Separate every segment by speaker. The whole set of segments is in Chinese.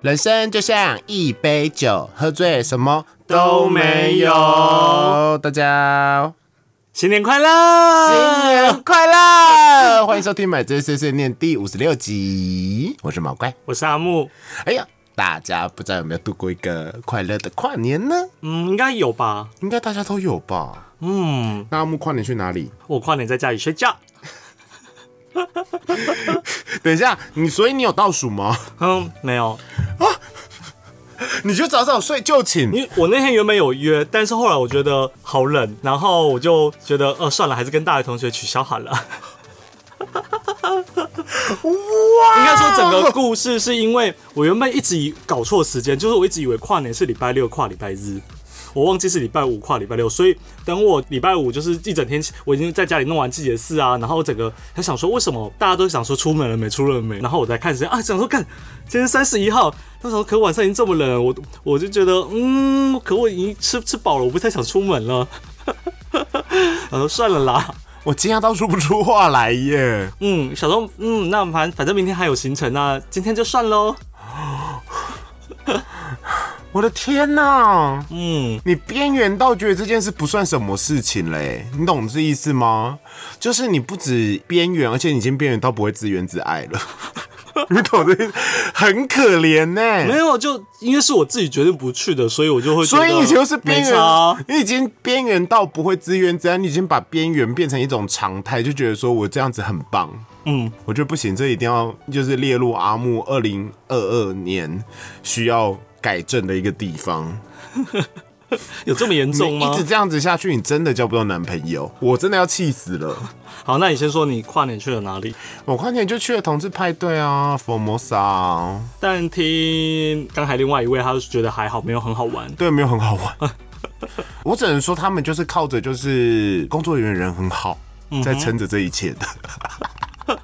Speaker 1: 人生就像一杯酒，喝醉什么
Speaker 2: 都没有。
Speaker 1: 大家
Speaker 2: 新年快乐！
Speaker 1: 新年快乐！欢迎收听《买醉碎碎念》第五十六集，我是毛怪。
Speaker 2: 我是阿木，
Speaker 1: 哎呀，大家不知道有没有度过一个快乐的跨年呢？
Speaker 2: 嗯，应该有吧？
Speaker 1: 应该大家都有吧？
Speaker 2: 嗯，
Speaker 1: 那阿木跨年去哪里？
Speaker 2: 我跨年在家里睡觉。
Speaker 1: 等一下，你所以你有倒数吗？
Speaker 2: 嗯，没有，
Speaker 1: 你就早早睡就寝。
Speaker 2: 因为我那天原本有约，但是后来我觉得好冷，然后我就觉得呃算了，还是跟大学同学取消好了。
Speaker 1: 哇！
Speaker 2: 应该说整个故事是因为我原本一直以搞错时间，就是我一直以为跨年是礼拜六跨礼拜日，我忘记是礼拜五跨礼拜六，所以等我礼拜五就是一整天，我已经在家里弄完自己的事啊，然后整个还想说为什么大家都想说出门了没出门了没，然后我才看时间啊，想说干今天三十一号，那时候可晚上已经这么冷了，我我就觉得嗯，可我已经吃吃饱了，我不太想出门了， 然后算了啦。
Speaker 1: 我惊讶到说不出话来耶。
Speaker 2: 嗯，小钟，嗯，那反反正明天还有行程，那今天就算喽。
Speaker 1: 我的天哪！
Speaker 2: 嗯，
Speaker 1: 你边缘到觉得这件事不算什么事情嘞，你懂这意思吗？就是你不止边缘，而且你已经边缘到不会自怨自艾了， 你懂这意思？很可怜呢、
Speaker 2: 没有，就因为是我自己决定不去的，所以我就会觉
Speaker 1: 所
Speaker 2: 得
Speaker 1: 以你就是边
Speaker 2: 没差啊
Speaker 1: 缘，你已经边缘到不会自怨自艾，你已经把边缘变成一种常态，就觉得说我这样子很棒。
Speaker 2: 嗯，
Speaker 1: 我觉得不行，这一定要就是列入阿木二零二二年需要改正的一个地方。
Speaker 2: 有这么严重
Speaker 1: 你
Speaker 2: 吗
Speaker 1: 一？直这样子下去，你真的交不到男朋友，我真的要气死了。
Speaker 2: 好，那你先说你跨年去了哪里？
Speaker 1: 我跨年就去了同志派对啊，Formosa，啊
Speaker 2: 但听刚才另外一位，他就觉得还好，没有很好玩。
Speaker 1: 对，没有很好 玩。我只能说他们就是靠着就是工作人员人很好，
Speaker 2: 嗯
Speaker 1: 在撑着这一切的。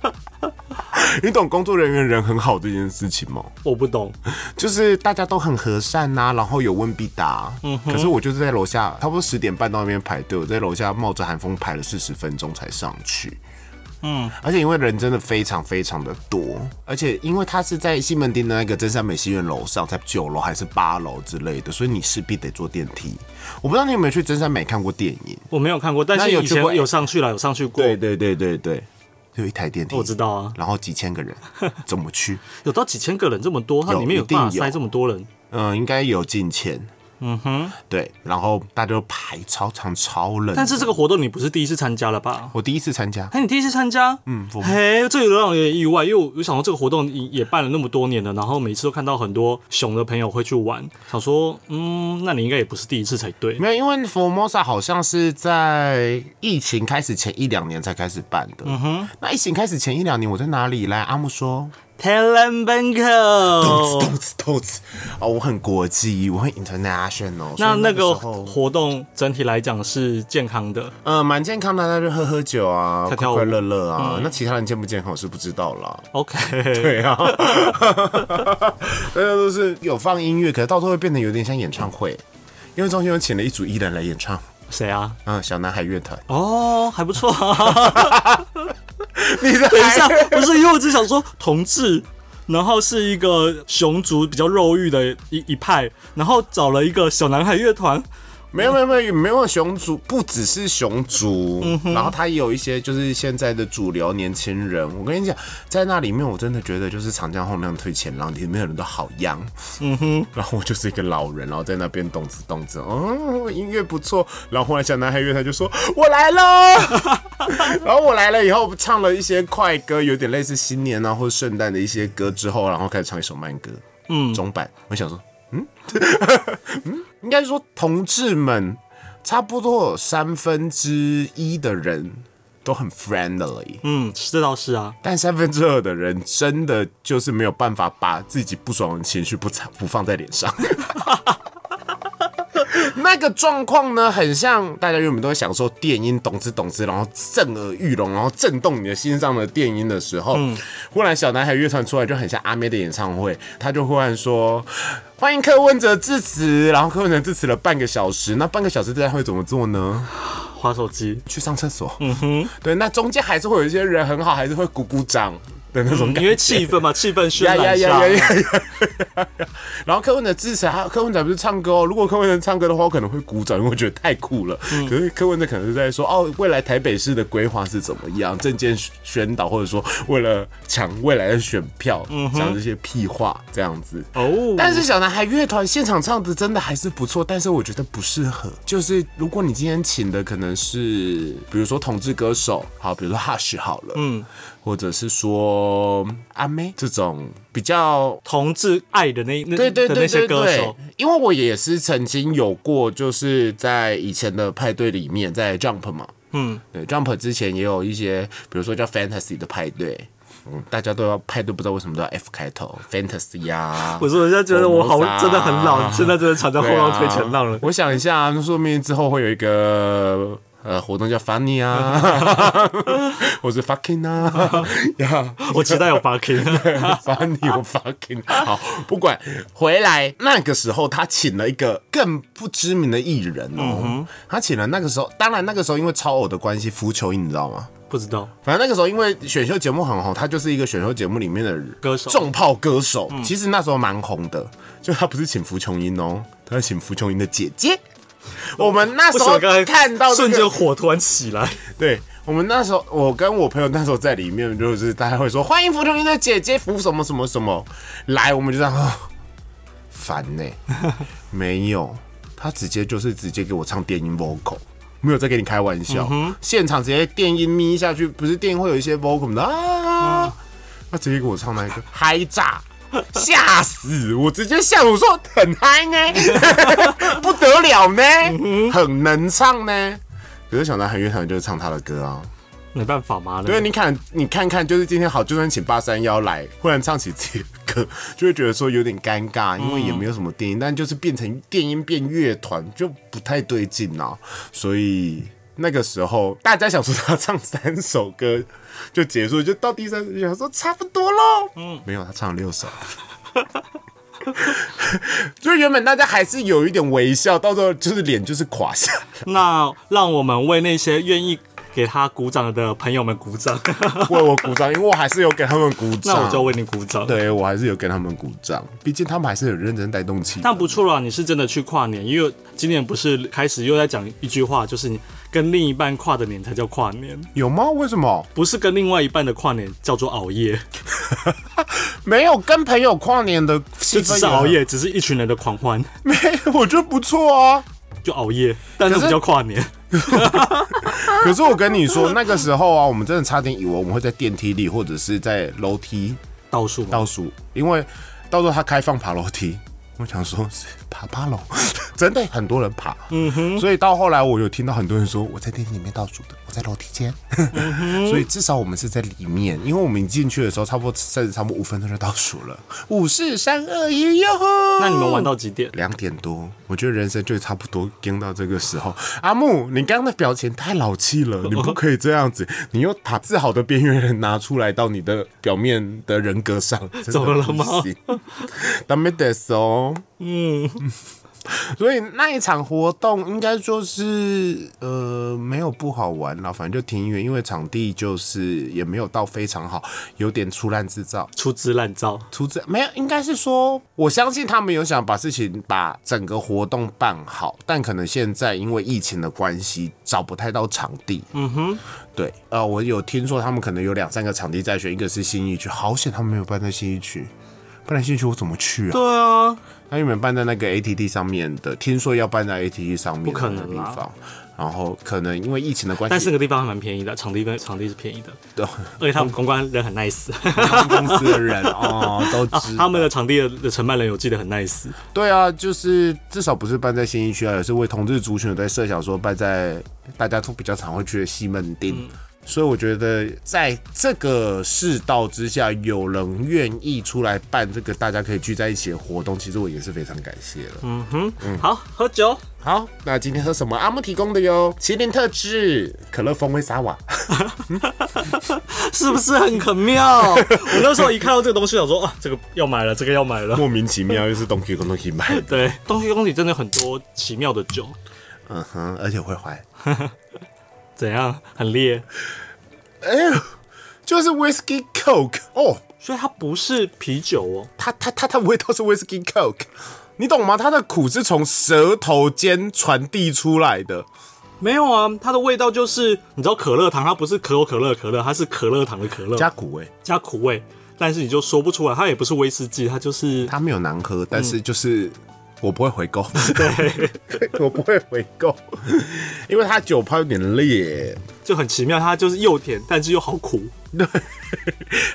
Speaker 1: 你懂工作人员人很好这件事情吗？
Speaker 2: 我不懂，
Speaker 1: 就是大家都很和善呐、然后有问必答。可是我就是在楼下，差不多十点半到那边排队，我在楼下冒着寒风排了四十分钟才上去。嗯，而且因为人真的非常非常的多，而且因为它是在西门町的那个真善美戏院楼上，在九楼还是八楼之类的，所以你势必得坐电梯。我不知道你有没有去真善美看过电影？
Speaker 2: 我没有看过，但
Speaker 1: 那
Speaker 2: 是
Speaker 1: 有
Speaker 2: 以
Speaker 1: 去
Speaker 2: 前
Speaker 1: 过
Speaker 2: 有上去了，有上去过。
Speaker 1: 对对对对，有一台电梯，
Speaker 2: 我知道啊，
Speaker 1: 然后几千 个人，怎么去？
Speaker 2: 有到几千个人这么多，它里面
Speaker 1: 有
Speaker 2: 有办
Speaker 1: 一定
Speaker 2: 法
Speaker 1: 有
Speaker 2: 塞这么多人。
Speaker 1: 嗯，应该有近千。
Speaker 2: 嗯哼，
Speaker 1: 对，然后大家都排超长超冷的，
Speaker 2: 但是这个活动你不是第一次参加了吧？
Speaker 1: 我第一次参加，
Speaker 2: 哎，你第一次参加？
Speaker 1: 嗯，我
Speaker 2: 嘿，这个让我有点意外，因为我我想说这个活动也也办了那么多年了，然后每次都看到很多熊的朋友会去玩，想说，嗯，那你应该也不是第一次才对。
Speaker 1: 没有，因为 Formosa 好像是在疫情开始前一两年才开始办的。嗯哼，那疫情开始前一两年我在哪里？来，阿木说，
Speaker 2: 台湾本
Speaker 1: 豆子
Speaker 2: 口，
Speaker 1: 豆子豆子，哦，我很国际，我很 international 所以
Speaker 2: 那那个
Speaker 1: 个时候
Speaker 2: 活动整体来讲是健康的，
Speaker 1: 呃，蛮健康的，大家就喝喝酒啊，
Speaker 2: 跳跳舞
Speaker 1: 快
Speaker 2: 嗯
Speaker 1: 快乐乐啊。那其他人健不健康我是不知道啦。
Speaker 2: OK，
Speaker 1: 对啊，大家都是有放音乐，可是到时候会变得有点像演唱会，因为中间有请了一组艺人来演唱，
Speaker 2: 谁啊？
Speaker 1: 嗯，小男孩乐团。
Speaker 2: 哦，还不错、啊。
Speaker 1: 你 的
Speaker 2: 等一下，不是，因为我只想说同志，然后是一个熊族比较肉欲的一一派，然后找了一个小男孩乐团，
Speaker 1: 没有没有没有没有熊族，不只是熊族，然后他也有一些就是现在的主流年轻人。我跟你讲，在那里面我真的觉得就是长江后浪推前浪，里面的人都好央。嗯哼，然后我就是一个老人，然后在那边动子动子，哦，音乐不错。然后后来小男孩乐团就说：“我来喽。”然后我来了以后，唱了一些快歌，有点类似新年啊或者圣诞的一些歌之后，然后开始唱一首慢歌，嗯，中版。我想说，应该说同志们差不多有三分之一的人都很 friendly，
Speaker 2: 嗯，这倒是啊，
Speaker 1: 但三分之二的人真的就是没有办法把自己不爽的情绪不藏不放在脸上。 那个状况呢，很像大家原本都会享受电音，懂之懂之，然后震耳欲聋，然后震动你的心脏的电音的时候，忽然小男孩乐团出来就很像阿妹的演唱会，他就忽然说。欢迎柯文哲致辞，然后柯文哲致辞了半个小时，那半个小时大家会怎么做呢？
Speaker 2: 滑手机。
Speaker 1: 去上厕所。嗯哼，对，那中间还是会有一些人很好，还是会鼓鼓掌。的那种感
Speaker 2: 因
Speaker 1: 觉。
Speaker 2: 为气氛嘛，气氛渲
Speaker 1: 呀呀
Speaker 2: 染一
Speaker 1: 呀
Speaker 2: 下
Speaker 1: 呀。呀呀呀！ 然后柯文哲支持他，柯文哲不是唱歌哦。如果柯文哲唱歌的话，我可能会鼓掌，因为我觉得太酷了。
Speaker 2: 嗯
Speaker 1: 可是柯文哲可能是在说，哦，未来台北市的规划是怎么样，政见宣导，或者说为了抢未来的选票，
Speaker 2: 嗯
Speaker 1: 讲这些屁话这样子。
Speaker 2: 哦，
Speaker 1: 但是小男孩乐团现场唱的真的还是不错，但是我觉得不适合。就是如果你今天请的可能是，比如说同志歌手，好，比如说 Hush 好了，嗯，或者是说阿妹这种比较
Speaker 2: 同志爱的那那
Speaker 1: 对对
Speaker 2: 的
Speaker 1: 对
Speaker 2: 那些
Speaker 1: 对
Speaker 2: 歌
Speaker 1: 对
Speaker 2: 手，，
Speaker 1: 因为我也是曾经有过，就是在以前的派对里面，在 Jump 嘛，嗯，对 Jump 之前也有一些，比如说叫 Fantasy 的派对。嗯，大家都要派对，不知道为什么都要 F 开头，Fantasy 呀、
Speaker 2: 我说人家觉得我好
Speaker 1: 我们仨
Speaker 2: 真的很老，现在真的常常后
Speaker 1: 对啊
Speaker 2: 浪推前浪了。
Speaker 1: 我想一下，那说明之后会有一个呃活动叫 Funny 啊，或是 Fucking 啊， 呀、
Speaker 2: 我期待有 fucking，
Speaker 1: Funny 我 Fucking 好，不管回来那个时候，他请了一个更不知名的艺人哦，他请了那个时候，当然那个时候因为超偶的关系，浮球你知道吗？
Speaker 2: 不知道
Speaker 1: 反正那个时候，因为选秀节目很红，他就是一个选秀节目里面的
Speaker 2: 歌手嗯
Speaker 1: 重炮歌手。其实那时候蛮红的，就他不是请福琼英哦，他是请福琼英的姐 姐。我们那
Speaker 2: 为
Speaker 1: 时
Speaker 2: 什
Speaker 1: 候
Speaker 2: 么刚才
Speaker 1: 看到、这
Speaker 2: 瞬
Speaker 1: 个，
Speaker 2: 间火突然起来，
Speaker 1: 对我们那时候，我跟我朋友那时候在里面，就是大家会说欢迎福琼英的姐姐福什么什么什么来，我们就这样哦烦呢、没有，他直接就是直接给我唱电音 vocal。没有在跟你开玩笑，现场直接电音咪下去，不是电音会有一些 vocal 的啊，他直接给我唱那一个嗨炸，吓死我！直接吓我说很嗨呢， 不得了呢，很能唱呢。可是小男孩乐团就是唱他的歌啊，
Speaker 2: 没办法嘛。
Speaker 1: 所以
Speaker 2: 对，
Speaker 1: 你看，你看看，就是今天好，就算请八三幺来，忽然唱起自己的歌， 就会觉得说有点尴尬，因为也没有什么电音，但就是变成电音变乐团就不太对劲啊。所以那个时候大家想说他唱三首歌就结束，就到第三首就想说差不多喽，嗯，没有，他唱了六首。 就原本大家还是有一点微笑，到时候就是脸就是垮下来
Speaker 2: 那让我们为那些愿意给他鼓掌的朋友们鼓掌，
Speaker 1: 为我鼓掌，因为我还是有给他们鼓掌。
Speaker 2: 那我就为你鼓掌。
Speaker 1: 对我还是有跟他们鼓掌，毕竟他们还是很认真带动器。
Speaker 2: 但不错啦，你是真的去跨年，因为今年不是开始又在讲一句话，就是你跟另一半跨的年才叫跨年，
Speaker 1: 有吗？为什么
Speaker 2: 不是跟另外一半的跨年叫做熬 夜，
Speaker 1: 没有跟朋友跨年的
Speaker 2: 就
Speaker 1: 气
Speaker 2: 只
Speaker 1: 氛
Speaker 2: 是熬？夜，只是一群人的狂欢，
Speaker 1: 没，我觉得不错 啊。
Speaker 2: 就熬夜，但是不叫跨年。
Speaker 1: 可是我跟你说，那个时候啊，我们真的差点以为我们会在电梯里或者是在楼梯
Speaker 2: 倒数嘛，
Speaker 1: 倒数，因为到时候他开放爬楼梯。我想说，是爬爬楼， 真的很多人爬，嗯哼。所以到后来，我有听到很多人说，我在电梯里面倒数的，我在楼梯间，
Speaker 2: 嗯
Speaker 1: 所以至少我们是在里面，因为我们一进去的时候，差不多甚至差不多五分钟就倒数了，五四三二一，哟吼！
Speaker 2: 那你们玩到几点？
Speaker 1: 两点多，我觉得人生就差不多跟到这个时候。阿木，你刚刚的表情太老气了，你不可以这样子，你又把自豪的边缘人拿出来到你的表面的人格上，真 的
Speaker 2: 怎么了
Speaker 1: 不
Speaker 2: 吗
Speaker 1: 行？ダメです哦。嗯， 所以那一场活动应该说是呃没有不好玩啦，反正就挺远，因为场地就是也没有到非常好，有点出烂制造。
Speaker 2: 粗制滥造，
Speaker 1: 出自没有，应该是说，我相信他们有想把事情把整个活动办好，但可能现在因为疫情的关系，找不太到场地。嗯哼，对，呃，我有听说他们可能有两三个场地在选，一个是新义区，好险他们没有办在新义区，不然新义区我怎么去啊？
Speaker 2: 对啊，
Speaker 1: 他原本办在那个 ATT 上面的，听说要办在 ATT 上面
Speaker 2: 不可
Speaker 1: 的那
Speaker 2: 能
Speaker 1: 个地
Speaker 2: 啦
Speaker 1: 方，然后可能因为疫情的关系，
Speaker 2: 但是那个地方还蛮便宜的，场地跟场地是便宜的，
Speaker 1: 对
Speaker 2: 而且他们公关人很 nice，
Speaker 1: 他们公司的人哦都知道
Speaker 2: 他。们的场地的的承办人有记得很 nice，
Speaker 1: 对啊，就是至少不是办在新一区啊，也是为同志族群有在设想说办在大家都比较常会去的西门町。所以我觉得，在这个世道之下，有人愿意出来办这个大家可以聚在一起的活动，其实我也是非常感谢了。
Speaker 2: 好喝酒，
Speaker 1: 好，那今天喝什么？阿木提供的哟，麒麟特制可乐风味沙瓦。
Speaker 2: 是不是很很 妙？我那时候一看到这个东西，想说啊，这个要买了，这个要买了。
Speaker 1: 莫名其妙又是东西公东西买的，
Speaker 2: 对，嗯东西宫里真的很多奇妙的酒，
Speaker 1: 嗯哼，而且会还。
Speaker 2: 怎样很烈？
Speaker 1: 哎呦，就是 whiskey coke 哦，
Speaker 2: 所以它不是啤酒哦。
Speaker 1: 它它它它味道是 whiskey coke，你懂吗？它的苦是从舌头间传递出来的。
Speaker 2: 没有啊，它的味道就是你知道可乐糖，它不是可口可乐的可乐，它是可乐糖的可乐
Speaker 1: 加苦欸味，
Speaker 2: 加苦味，但是你就说不出来，它也不是威士忌，它就是
Speaker 1: 它没有难喝，但
Speaker 2: 嗯
Speaker 1: 是就是。我不会回购，对， 我不会回购，因为它酒泡有点烈，
Speaker 2: 就很奇妙，它就是又甜，但是又好苦。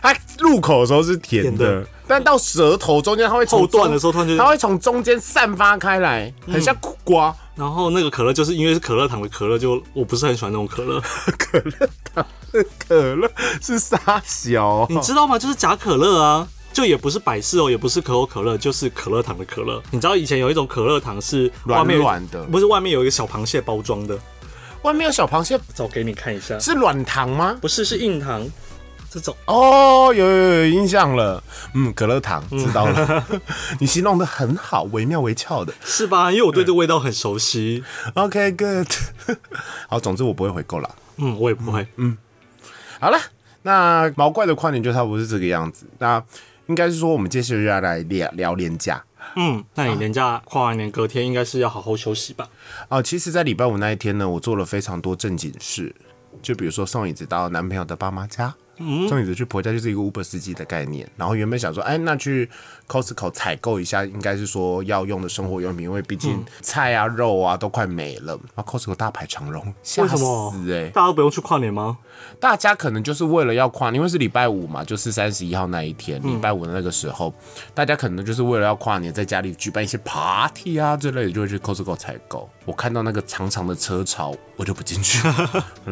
Speaker 1: 它入口的时候是甜的，
Speaker 2: 甜的
Speaker 1: 但到舌头中间它会从
Speaker 2: 后段
Speaker 1: 中
Speaker 2: 的时候突然就
Speaker 1: 它会从中间散发开来，很像苦瓜。
Speaker 2: 然后那个可乐就是因为是可乐糖的可乐，就我不是很喜欢那种可乐，
Speaker 1: 可乐糖是可乐是沙小，
Speaker 2: 你知道吗？就是假可乐啊，就也不是百事哦，也不是可口可乐，就是可乐糖的可乐。你知道以前有一种可乐糖是外面有
Speaker 1: 软软的
Speaker 2: 不是外面有一个小螃蟹包装的，
Speaker 1: 外面有小螃蟹，
Speaker 2: 找给你看一下，
Speaker 1: 是软糖吗？
Speaker 2: 不是是硬糖这种。
Speaker 1: 哦，有有有印象了，嗯，可乐糖知道了， 你形容的很好，惟妙惟肖的。
Speaker 2: 是吧？因为我对这味道很熟悉。
Speaker 1: OK，good，、好，总之我不会回购啦。
Speaker 2: 嗯，我也不会。嗯，
Speaker 1: 好了，那毛怪的跨年就差不多是这个样子。那应该是说，我们接下来就要来聊聊廉价
Speaker 2: 嗯那你年假跨完年隔天应该是要好好休息吧？
Speaker 1: 哦。其实，在礼拜五那一天呢，我做了非常多正经事，就比如说送椅子到男朋友的爸妈家，
Speaker 2: 嗯
Speaker 1: 送椅子去婆家就是一个 Uber 司机的概念。然后原本想说，哎，那去 Costco 采购一下，应该是说要用的生活用品，因为毕竟
Speaker 2: 嗯
Speaker 1: 菜啊、肉啊都快没了。然后 Costco 大排长龙，吓
Speaker 2: 为什么
Speaker 1: 死哎、
Speaker 2: 大家都不用去跨年吗？
Speaker 1: 大家可能就是为了要跨年，因为是礼拜五嘛，就是三十一号那一天，
Speaker 2: 嗯
Speaker 1: 礼拜五的那个时候，大家可能就是为了要跨年，在家里举办一些 party 啊之类的，就会去 Costco 采购。我看到那个长长的车潮，我就不进 去，我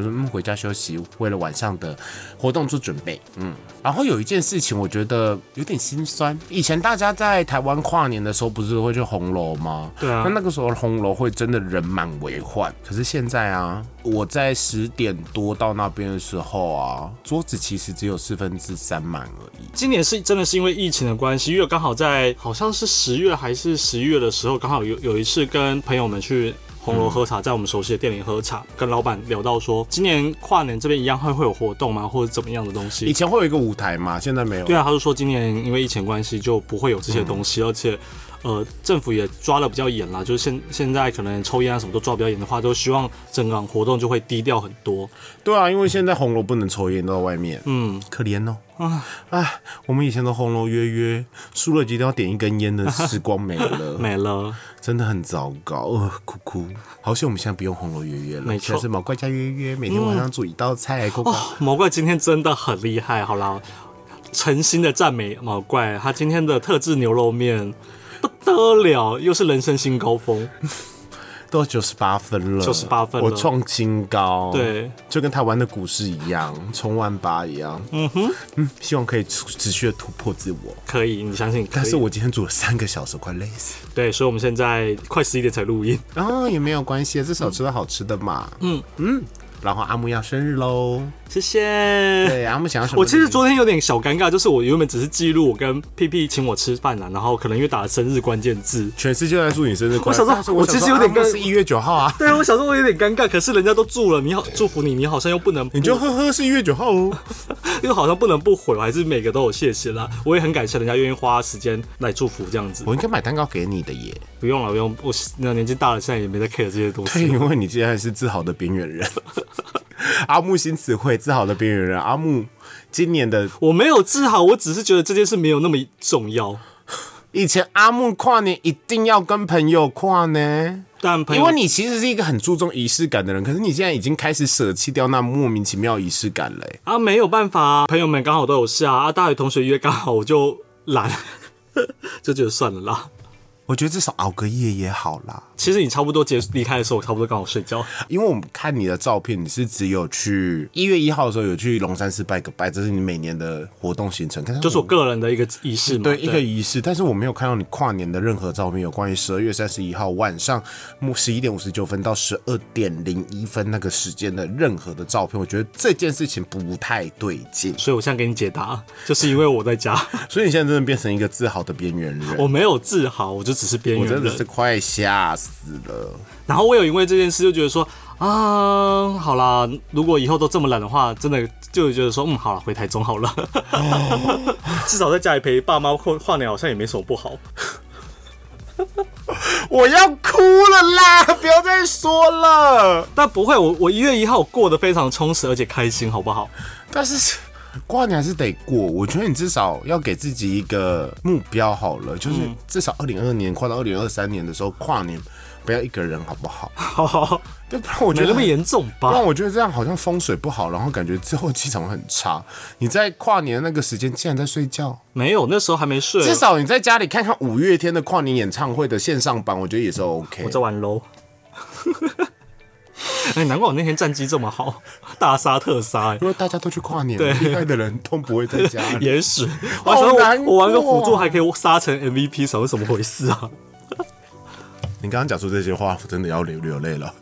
Speaker 1: 说嗯，回家休息，为了晚上的活动做准备。嗯，然后有一件事情，我觉得有点心酸。以前大家在台湾跨年的时候，不是会去红楼吗？
Speaker 2: 对啊
Speaker 1: 那那个时候红楼会真的人满为患，可是现在啊，我在十点多到那边的时候啊，桌子其实只有四分之三满而已。
Speaker 2: 今年是真的是因为疫情的关系，因为刚好在好像是十月还是十一月的时候，刚好有有一次跟朋友们去。红楼喝茶，在我们熟悉的店里喝茶，跟老板聊到说，今年跨年这边一样会会有活动吗，或者怎么样的东西
Speaker 1: 以？前会有一个舞台嘛，现在没有。
Speaker 2: 对啊，他就说今年因为疫情关系就不会有这些东西，
Speaker 1: 嗯
Speaker 2: 而且呃政府也抓的比较严啦，就是现现在可能抽烟啊什么都抓比较严的话，都希望整场活动就会低调很多。
Speaker 1: 对啊，因为现在红楼不能抽烟，都在外面。嗯，可怜哦。啊哎，我们以前的红楼约约，输了就一定要点一根烟的时光没 了，
Speaker 2: 没了，
Speaker 1: 真的很糟糕。呃，哭哭，好险我们现在不用红楼约约了，
Speaker 2: 没错嗯
Speaker 1: 现在是毛怪加约约，每天晚上煮一道菜，够、嗯、
Speaker 2: 毛哦怪今天真的很厉害，好啦，诚心的赞美毛怪，他今天的特制牛肉面不得了，又是人生新高峰。
Speaker 1: 都九十八分了，
Speaker 2: 98分了
Speaker 1: 我创新高，
Speaker 2: 对，
Speaker 1: 就跟台湾的股市一样，冲万八一样，嗯哼，嗯，希望可以持持续的突破自我。
Speaker 2: 可以，你相信可以？
Speaker 1: 但是我今天煮了三个小时，快累 死
Speaker 2: 对，所以我们现在快十一点才录音。
Speaker 1: 了。啊、也没有关系，至少吃到好吃的嘛。嗯嗯。然后阿木要生日喽，
Speaker 2: 谢谢。
Speaker 1: 对，阿木想要什么？
Speaker 2: 我其实昨天有点小尴尬，就是我原本只是记录我跟屁屁请我吃饭啦，啊然后可能因为打了生日关键字。
Speaker 1: 全世界都在祝你生日快乐。
Speaker 2: 我想说
Speaker 1: 但是
Speaker 2: 我其实有点
Speaker 1: 阿木
Speaker 2: 跟
Speaker 1: 是一月九号啊，
Speaker 2: 对啊，我想说我有点尴尬，可是人家都住了，你好祝福你，你好像又不能不，
Speaker 1: 你就呵呵是一月九号哦。
Speaker 2: 又好像不能不回，我还是每个都有谢谢啦。我也很感谢人家愿意花时间来祝福这样子。
Speaker 1: 我应该买蛋糕给你的耶。
Speaker 2: 不用了，不用，我那年纪大了，现在也没在 care 这些东
Speaker 1: 对，
Speaker 2: 西。
Speaker 1: 因为你现在是自豪的边缘人。 阿木新词汇，自豪的边缘人。阿木今年的
Speaker 2: 我没有自豪，我只是觉得这件事没有那么重要。
Speaker 1: 以前阿木跨年一定要跟朋友跨呢，
Speaker 2: 但朋
Speaker 1: 因
Speaker 2: 友
Speaker 1: 为，你其实是一个很注重仪式感的人，可是你现在已经开始舍弃掉那莫名其妙仪式感了、欸。
Speaker 2: 啊，没有办法、啊，朋友们刚好都有事啊，啊，大学同学约刚好我就懒， 就觉得算了啦。
Speaker 1: 我觉得至少熬个夜也好啦，
Speaker 2: 其实你差不多结离开的时候，我差不多刚好睡觉。
Speaker 1: 因为我们看你的照片，你是只有去一月一号的时候有去龙山寺拜个拜，这是你每年的活动行程。可
Speaker 2: 就是我个人的一个仪式嘛。
Speaker 1: 哦对一个仪式，但是我没有看到你跨年的任何照片，有关于十二月三十一号晚上十一点五十九分到十二点零一分那个时间的任何的照片，我觉得这件事情不太对劲，
Speaker 2: 所以我现在给你解答，就是因为我在家，
Speaker 1: 所以你现在真的变成一个自豪的边缘人，
Speaker 2: 我没有自豪，我就只是边
Speaker 1: 我
Speaker 2: 缘
Speaker 1: 真的
Speaker 2: 人
Speaker 1: 是。快吓死死了。
Speaker 2: 然后我有因为这件事就觉得说啊，好啦，如果以后都这么懒的话，真的就觉得说，嗯，好了，回台中好了，
Speaker 1: 哦
Speaker 2: 至少在家里陪爸妈跨跨年好像也没什么不好。
Speaker 1: 我要哭了啦！不要再说了。
Speaker 2: 但不会，我我一月一号过得非常充实而且开心，好不好？
Speaker 1: 但是过年还是得过，我觉得你至少要给自己一个目标好了，就是
Speaker 2: 嗯
Speaker 1: 至少二零二年跨到二零二三年的时候跨年，不要一个人好不好？
Speaker 2: 好好好，
Speaker 1: 对，不然 我觉
Speaker 2: 没
Speaker 1: 得哦
Speaker 2: 那么严重啊
Speaker 1: 不然
Speaker 2: 吧？
Speaker 1: 我觉得这样好像风水不好，然后感觉最后气场很差。你在跨年那个时间竟然在睡觉，
Speaker 2: 没有，那时候还没睡，
Speaker 1: 至少你在家里看看五月天的跨年演唱会的线上版，我觉得也是 OK
Speaker 2: 我。在玩 LO。哎，难怪我那天战绩这么好，大杀特杀、哎
Speaker 1: 如果大家都去跨年，厉害的人都不会在家 里。
Speaker 2: 也许，我
Speaker 1: 好
Speaker 2: 还想
Speaker 1: 难
Speaker 2: 说我我玩个
Speaker 1: 过
Speaker 2: 辅助还可以杀成 MVP，什么什么回事啊
Speaker 1: 你刚刚讲出这些话，我真的要流流泪了。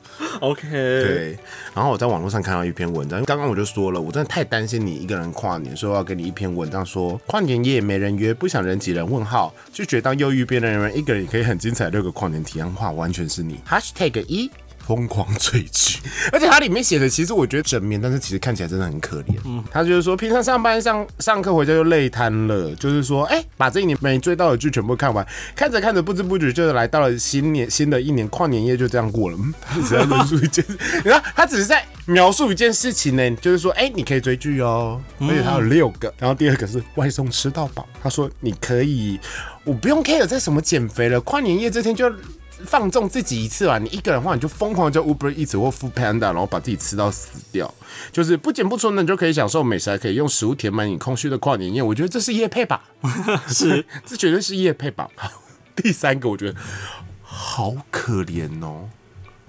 Speaker 2: ？OK，
Speaker 1: 对，然后我在网络上看到一篇文章，因为刚刚我就说了，我真的太担心你一个人跨年，所以我要给你一篇文章说，跨年夜没人约，不想人挤人？问号，拒绝当忧郁边缘人，一个人也可以很精彩。六个跨年体验话，完全是你。Hashtag 一。疯狂追剧，而且它里面写的，其实我觉得枕眠，但是其实看起来真的很可怜。嗯，他就是说，平常上班上上课回家就累瘫了，就是说，哎、把这一年没追到的剧全部看完，看着看着不知不觉就来到了新年新的一年跨年夜，就这样过了。嗯，他只在论述一件，你看他只是在描述一件事情呢，就是说，哎、你可以追剧哦，而且他有六个，然后第二个是外送吃到饱，他说你可以，我不用 care 在什么减肥了，跨年夜这天就。放纵自己一次啊吧，你一个人的话，你就疯狂叫 Uber Eats 或 Food Panda，然后把自己吃到死掉。就是不减不存的，你就可以享受美食，还可以用食物填满你空虚的跨年夜。我觉得这是夜配吧，
Speaker 2: 是
Speaker 1: 这绝对是夜配吧。 第三个，我觉得好可怜哦，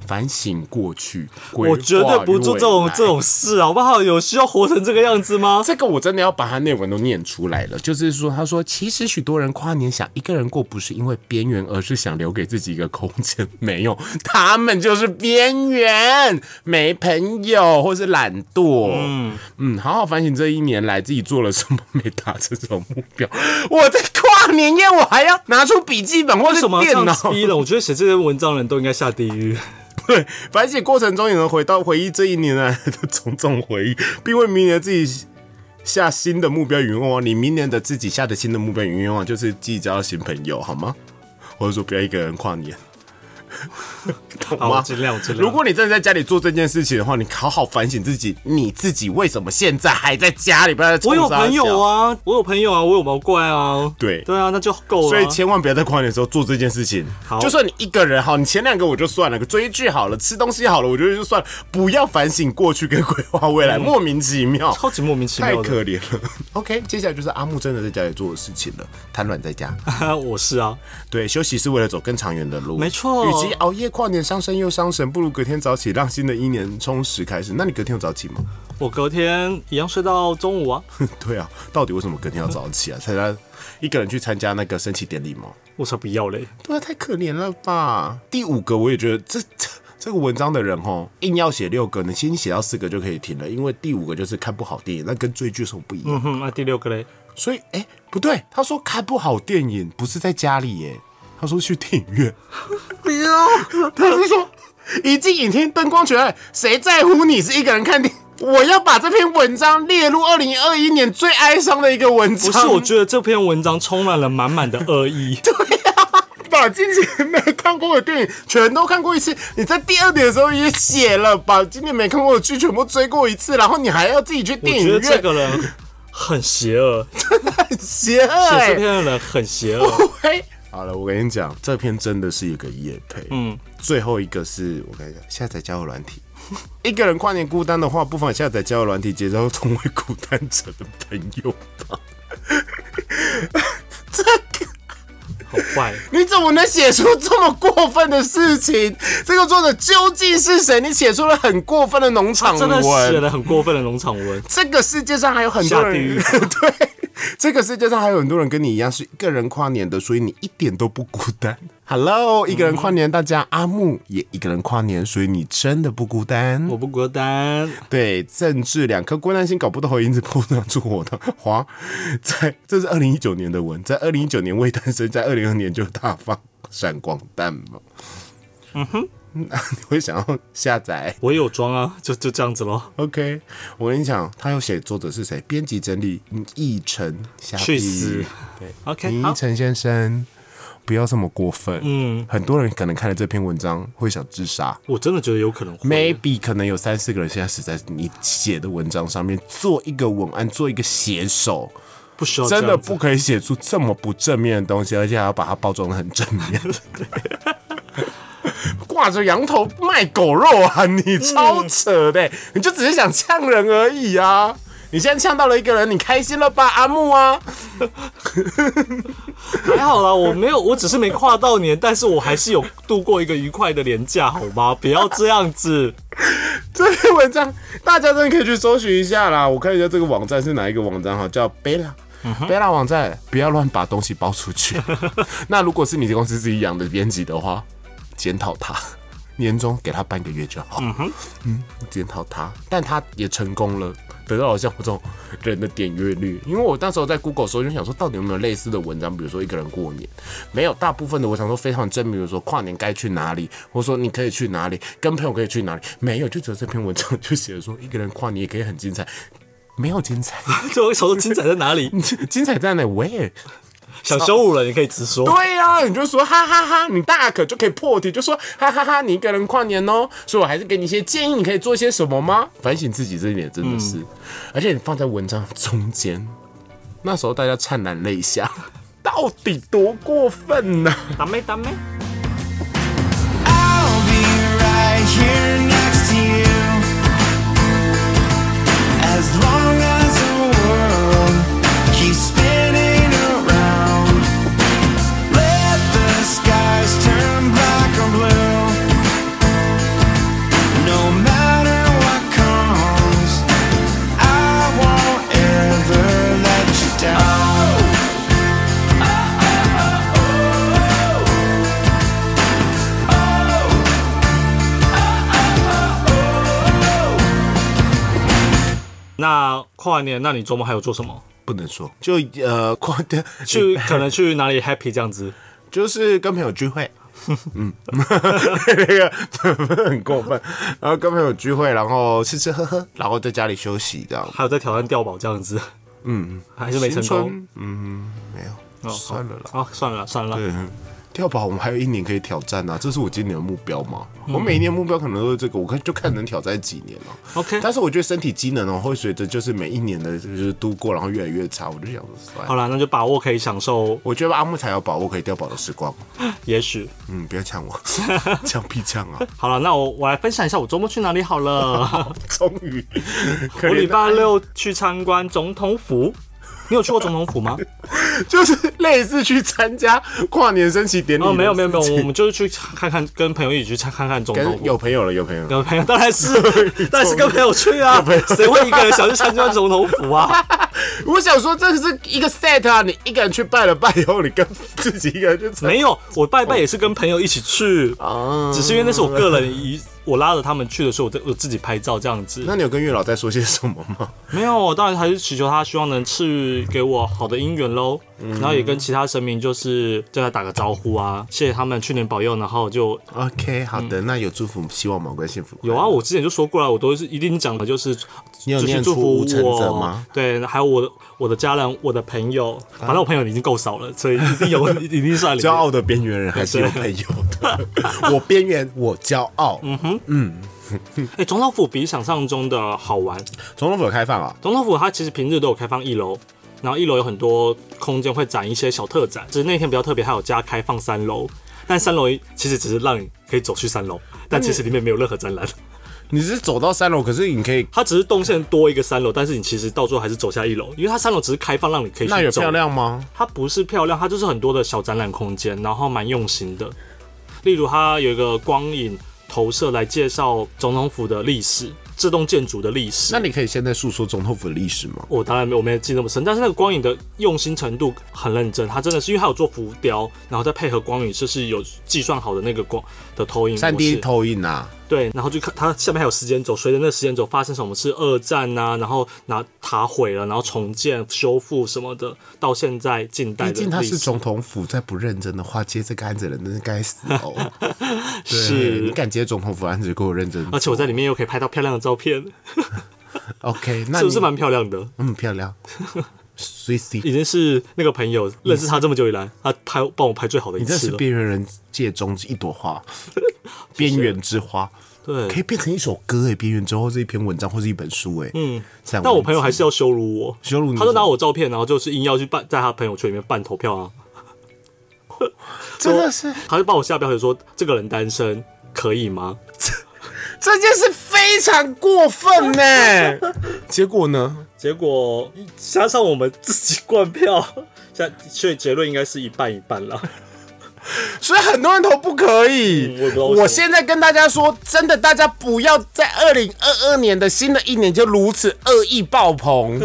Speaker 1: 反省过去，规划
Speaker 2: 我绝对不做这
Speaker 1: 未
Speaker 2: 种
Speaker 1: 来
Speaker 2: 这种事，好不好？有需要活成这个样子吗？
Speaker 1: 这个我真的要把他内文都念出来了。就是说，他说，其实许多人跨年想一个人过，不是因为边缘，而是想留给自己一个空间。没有， 他们就是边缘，没朋友或是懒惰。嗯嗯，好好反省这一年来自己做了什么，没达成这种目标。我在跨年夜，我还要拿出笔记本或
Speaker 2: 为
Speaker 1: 是
Speaker 2: 什么要这
Speaker 1: 电
Speaker 2: 样
Speaker 1: 脑
Speaker 2: 子逼人？我觉得写这些文章的人都应该下地狱。
Speaker 1: 对，反省过程中也能回到回忆这一年来的种种回忆，并为明年自己下新的目标与愿望。你明年的自己下的新的目标与愿望就是自己交到新朋友，好吗？或者说不要一个人跨年，懂
Speaker 2: 好，我
Speaker 1: 吗？
Speaker 2: 尽量，我尽量。
Speaker 1: 如果你真的在家里做这件事情的话，你好好反省自己，你自己为什么现在还在家里？不要再
Speaker 2: 我有
Speaker 1: 冲杀
Speaker 2: 朋友
Speaker 1: 小，
Speaker 2: 啊，我有朋友啊，我有毛怪啊，
Speaker 1: 对
Speaker 2: 对啊，那就够了啊。
Speaker 1: 所以千万不要在跨年的时候做这件事情。
Speaker 2: 好
Speaker 1: 就算你一个人好，你前两个我就算了，追剧好了，吃东西好了，我觉得就算了，不要反省过去跟规划未来，莫名其 妙，
Speaker 2: 超级莫名其
Speaker 1: 太
Speaker 2: 妙的。
Speaker 1: 可怜了。OK，接下来就是阿木真的在家里做的事情了，瘫软 在家。
Speaker 2: 我是啊，
Speaker 1: 对，休息是为了走更长远的路，
Speaker 2: 没错
Speaker 1: 与其熬夜跨年伤身又伤神，不如隔天早起，让新的一年充实开始。那你隔天有早起吗？
Speaker 2: 我隔天一样睡到中午啊。
Speaker 1: 对啊，到底为什么隔天要早起啊？参加一个人去参加那个升旗典礼吗？
Speaker 2: 我才不要嘞！
Speaker 1: 对啊，太可怜了吧！第五个，我也觉得这这这个文章的人哦，硬要写六个，你先写到四个就可以停了，因为第五个就是看不好电影，那跟追剧是不一样。
Speaker 2: 嗯哼，那第六个嘞，
Speaker 1: 所以，哎、不对，他说看不好电影不是在家里耶，他说去电影院，
Speaker 2: 不要。
Speaker 1: 他是说一进影厅灯光全暗，谁在乎你是一个人看电影？我要把这篇文章列入二零二一年最哀伤的一个文章。
Speaker 2: 不是，我觉得这篇文章充满了满满的恶意。
Speaker 1: 把之前没看过的电影全都看过一次，你在第二点的时候也写了，把今年没看过的剧全部追过一次，然后你还要自己去
Speaker 2: 我
Speaker 1: 电影
Speaker 2: 觉得
Speaker 1: 院，
Speaker 2: 这个人很邪恶，
Speaker 1: 邪
Speaker 2: 写
Speaker 1: 恶、
Speaker 2: 这
Speaker 1: 欸。
Speaker 2: 篇的人很邪恶。
Speaker 1: 喂好了，我跟你讲，这篇真的是一个夜配。嗯，最后一个是我跟你讲，下载交友软体。一个人跨年孤单的话，不妨下载交友软体，结交同为孤单者的朋友吧。 这个。
Speaker 2: 好坏，
Speaker 1: 你怎么能写出这么过分的事情？这个作者究竟是谁？你写出了很过分的农 场
Speaker 2: 啊真的写
Speaker 1: 文。
Speaker 2: 了很过分的农场文。
Speaker 1: 这个世界上还有很多人，
Speaker 2: 下
Speaker 1: 对，这个世界上还有很多人跟你一样是一个人跨年的，所以你一点都不孤单。Hello，一个人跨年，大家阿木也一个人跨年，所以你真的不孤单
Speaker 2: 我。不孤单，
Speaker 1: 对，政治两颗孤单心搞不头，因子破绽出我的花。在这是二零一九年 的文，在二零一九年未诞生，在二零二年就大放闪光弹嘛。嗯哼，你会想要下载
Speaker 2: 我也有装啊，就就这样子咯。
Speaker 1: ？OK，我跟你讲，他又写作者是谁？编辑整理嗯易晨，下
Speaker 2: 去
Speaker 1: 地
Speaker 2: 死！对，OK，
Speaker 1: 倪
Speaker 2: 好，
Speaker 1: 陈先生，不要这么过分。嗯，很多人可能看了这篇文章会想自杀
Speaker 2: 我真的觉得有可能会。
Speaker 1: ，maybe 可能有三四个人现在死在你写的文章上面，做一个文案，做一个写手，
Speaker 2: 不需要
Speaker 1: 真
Speaker 2: 这
Speaker 1: 的
Speaker 2: 样子
Speaker 1: 不可以写出这么不正面的东西，而且还要把它包装的很正面。挂着羊头卖狗肉啊！你超扯的、你就只是想呛人而已啊！你现在呛到了一个人，你开心了吧，阿木啊？
Speaker 2: 还好啦，我没有，我只是没跨到年，但是我还是有度过一个愉快的年假，好吗？ 不要这样子。
Speaker 1: 这篇文章大家真的可以去搜寻一下啦。我看一下这个网站是哪一个网站哈，叫贝拉。贝拉网站不要乱把东西包出去。那如果是你的公司自己养的编辑的话，检讨他，年终给他半个月就好。嗯哼，检讨他，但他也成功了，得到了像我这种人的点阅率。因为我那时候在 Google 搜，就想说到底有没有类似的文章，比如说一个人过年，没有，大部分的文章都非常正面，比如说哦跨年该去哪里，或者说你可以去哪里，跟朋友可以去哪里，没有，就只有这篇文章就写说一个人跨年也可以很精彩。没有精彩，
Speaker 2: 就我想说精彩在哪里？
Speaker 1: 精彩在哪？Where？
Speaker 2: 想羞辱人，你可以直说。
Speaker 1: 对呀、你就说哈哈哈你大可就可以破题，就说哈哈哈，你一个人跨年哦，所以我还是给你一些建议，你可以做些什么吗？反省自己这一点真的是，而且你放在文章中间，那时候大家灿烂泪 下，到底多过分呢、
Speaker 2: 打妹打妹，
Speaker 3: I'll be right here next to you as long as the world keeps spinning around. Let the skies turn black or blue. No matter what comes, I won't ever let you down.
Speaker 1: Oh,
Speaker 2: 那跨完年，那你周末还有做什么？
Speaker 1: 不能说，就呃 跨的
Speaker 2: 去可能去哪里 happy 这样子？
Speaker 1: 就是跟朋友聚会。嗯， 那个很过分，然后跟朋友聚会，然后吃吃喝喝，然后在家里休息这样。
Speaker 2: 还有在挑战碉堡这样子？嗯， 还是没成功。
Speaker 1: 春，嗯，没有，
Speaker 2: 哦
Speaker 1: 算了啦。
Speaker 2: 好啊，算了啦算了啦。
Speaker 1: 对，跳宝我们还有一年可以挑战啊，这是我今年的目标嘛。我每一年目标可能都是这个，我看就看能挑战几年了、
Speaker 2: OK
Speaker 1: 但是我觉得身体机能哦、会随着就是每一年的就是度过，然后越来越差，我就想说算
Speaker 2: 好
Speaker 1: 了。
Speaker 2: 啦，那就把握可以享受，
Speaker 1: 我觉得阿木才有把握可以碉堡的时光。
Speaker 2: 也许。
Speaker 1: 嗯，不要呛我，呛屁呛啊！
Speaker 2: 好了，那我我来分享一下我周末去哪里好了。
Speaker 1: 终于，可
Speaker 2: 我礼
Speaker 1: 怜的
Speaker 2: 拜六去参观总统府。你有去过总统府吗？
Speaker 1: 就是类似去参加跨年升旗典礼的
Speaker 2: 哦，
Speaker 1: 事情。
Speaker 2: 没有没有没有，我们就是去看看，跟朋友一起去看看看总统
Speaker 1: 跟
Speaker 2: 府。
Speaker 1: 有朋友了，有朋友了。
Speaker 2: 有朋友当然是，当然是跟朋友去啊
Speaker 1: 有朋友，
Speaker 2: 谁会一个人想去参观总统府 啊？
Speaker 1: 我想说，这是一个 set 啊，你一个人去拜了拜以后，你跟自己一个人去参
Speaker 2: 没有，我拜拜也是跟朋友一起去，
Speaker 1: 啊。
Speaker 2: 只是因为那是我个人一，我拉着他们去的时候，我在我自己拍照这样子。
Speaker 1: 那你有跟月老在说些什么吗？
Speaker 2: 没有，当然还是祈求他，希望能赐给我好的姻缘喽。
Speaker 1: 嗯
Speaker 2: 然后也跟其他神明就是对他打个招呼啊，谢谢他们去年保佑，然后就
Speaker 1: OK，好的，那有祝福，希望毛怪幸福。
Speaker 2: 有啊，，我之前就说过了，我都是一定讲的，就是
Speaker 1: 你有
Speaker 2: 就是
Speaker 1: 念
Speaker 2: 祝
Speaker 1: 出
Speaker 2: 福
Speaker 1: 吴承泽
Speaker 2: 我
Speaker 1: 吗？啊
Speaker 2: 对，还有我的我的家人、我的朋友，反正我朋友已经够少了，所以一定 有一定算里
Speaker 1: 骄
Speaker 2: 面。
Speaker 1: 傲的边缘人还是有朋友的。我边缘，我骄傲。
Speaker 2: 哎，总统府比想象中的好玩。
Speaker 1: 总统府有开放啊？
Speaker 2: 总统府它其实平日都有开放一楼，然后一楼有很多空间会展一些小特展，只是那天比较特别，还有加开放三楼。但三楼其实只是让你可以走去三楼，但其实里面没有任何展览，
Speaker 1: 你是走到三楼，可是你可以，
Speaker 2: 它只是动线多一个三楼，但是你其实到最后还是走下一楼，因为它三楼只是开放让你可以
Speaker 1: 那有
Speaker 2: 去走
Speaker 1: 漂。亮吗？
Speaker 2: 它不是漂亮，它就是很多的小展览空间，然后蛮用心的。例如，它有一个光影投射来介绍总统府的历史，这栋建筑的历史。
Speaker 1: 那你可以现在诉说总统府的历史吗？
Speaker 2: 哦我当然没有，我没有记那么深，但是那个光影的用心程度很认真，它真的是因为它有做浮雕，然后再配合光影，就是有计算好的那个光的投影模式
Speaker 1: 三 D 投影啊，
Speaker 2: 对，然后就看它下面还有时间轴，随着那个时间轴发生什么事，二战呐、然后拿塔毁了，然后重建、修复什么的，到现在近代
Speaker 1: 毕
Speaker 2: 的
Speaker 1: 竟他
Speaker 2: 历
Speaker 1: 是
Speaker 2: 史。
Speaker 1: 总统府，再不认真的话，接这个案子的人真是该死哦。 对你
Speaker 2: 是，
Speaker 1: 敢接总统府案子，给我认真。
Speaker 2: 而且我在里面又可以拍到漂亮的照片，
Speaker 1: OK，那
Speaker 2: 是不是
Speaker 1: 你
Speaker 2: 蛮漂亮的？
Speaker 1: 嗯漂 亮 s w
Speaker 2: 已经是那个朋友认识他这么久以来，他拍帮我拍最好的一
Speaker 1: 你这
Speaker 2: 次
Speaker 1: 是
Speaker 2: 了。
Speaker 1: 边缘人界中一朵花，边缘之花。
Speaker 2: 对
Speaker 1: 可以变成一首歌哎，边缘之后是一篇文章或是一本书哎，嗯，
Speaker 2: 但我朋友还是要羞辱我，
Speaker 1: 羞辱你
Speaker 2: 他就拿我照片，然后就是硬要去办，在他朋友圈里面办投票啊，
Speaker 1: 真的是
Speaker 2: 他就帮我下标题说这个人单身可以吗？
Speaker 1: 这件事非常过分欸呢。结果呢？
Speaker 2: 结果加上我们自己灌票， 现在所以结论应该是一半一半啦。
Speaker 1: 所以很多人投不可以
Speaker 2: 嗯我也不知。道为什么
Speaker 1: 我现在跟大家说，真的，大家不要在二零二二年的新的一年就如此恶意爆 棚。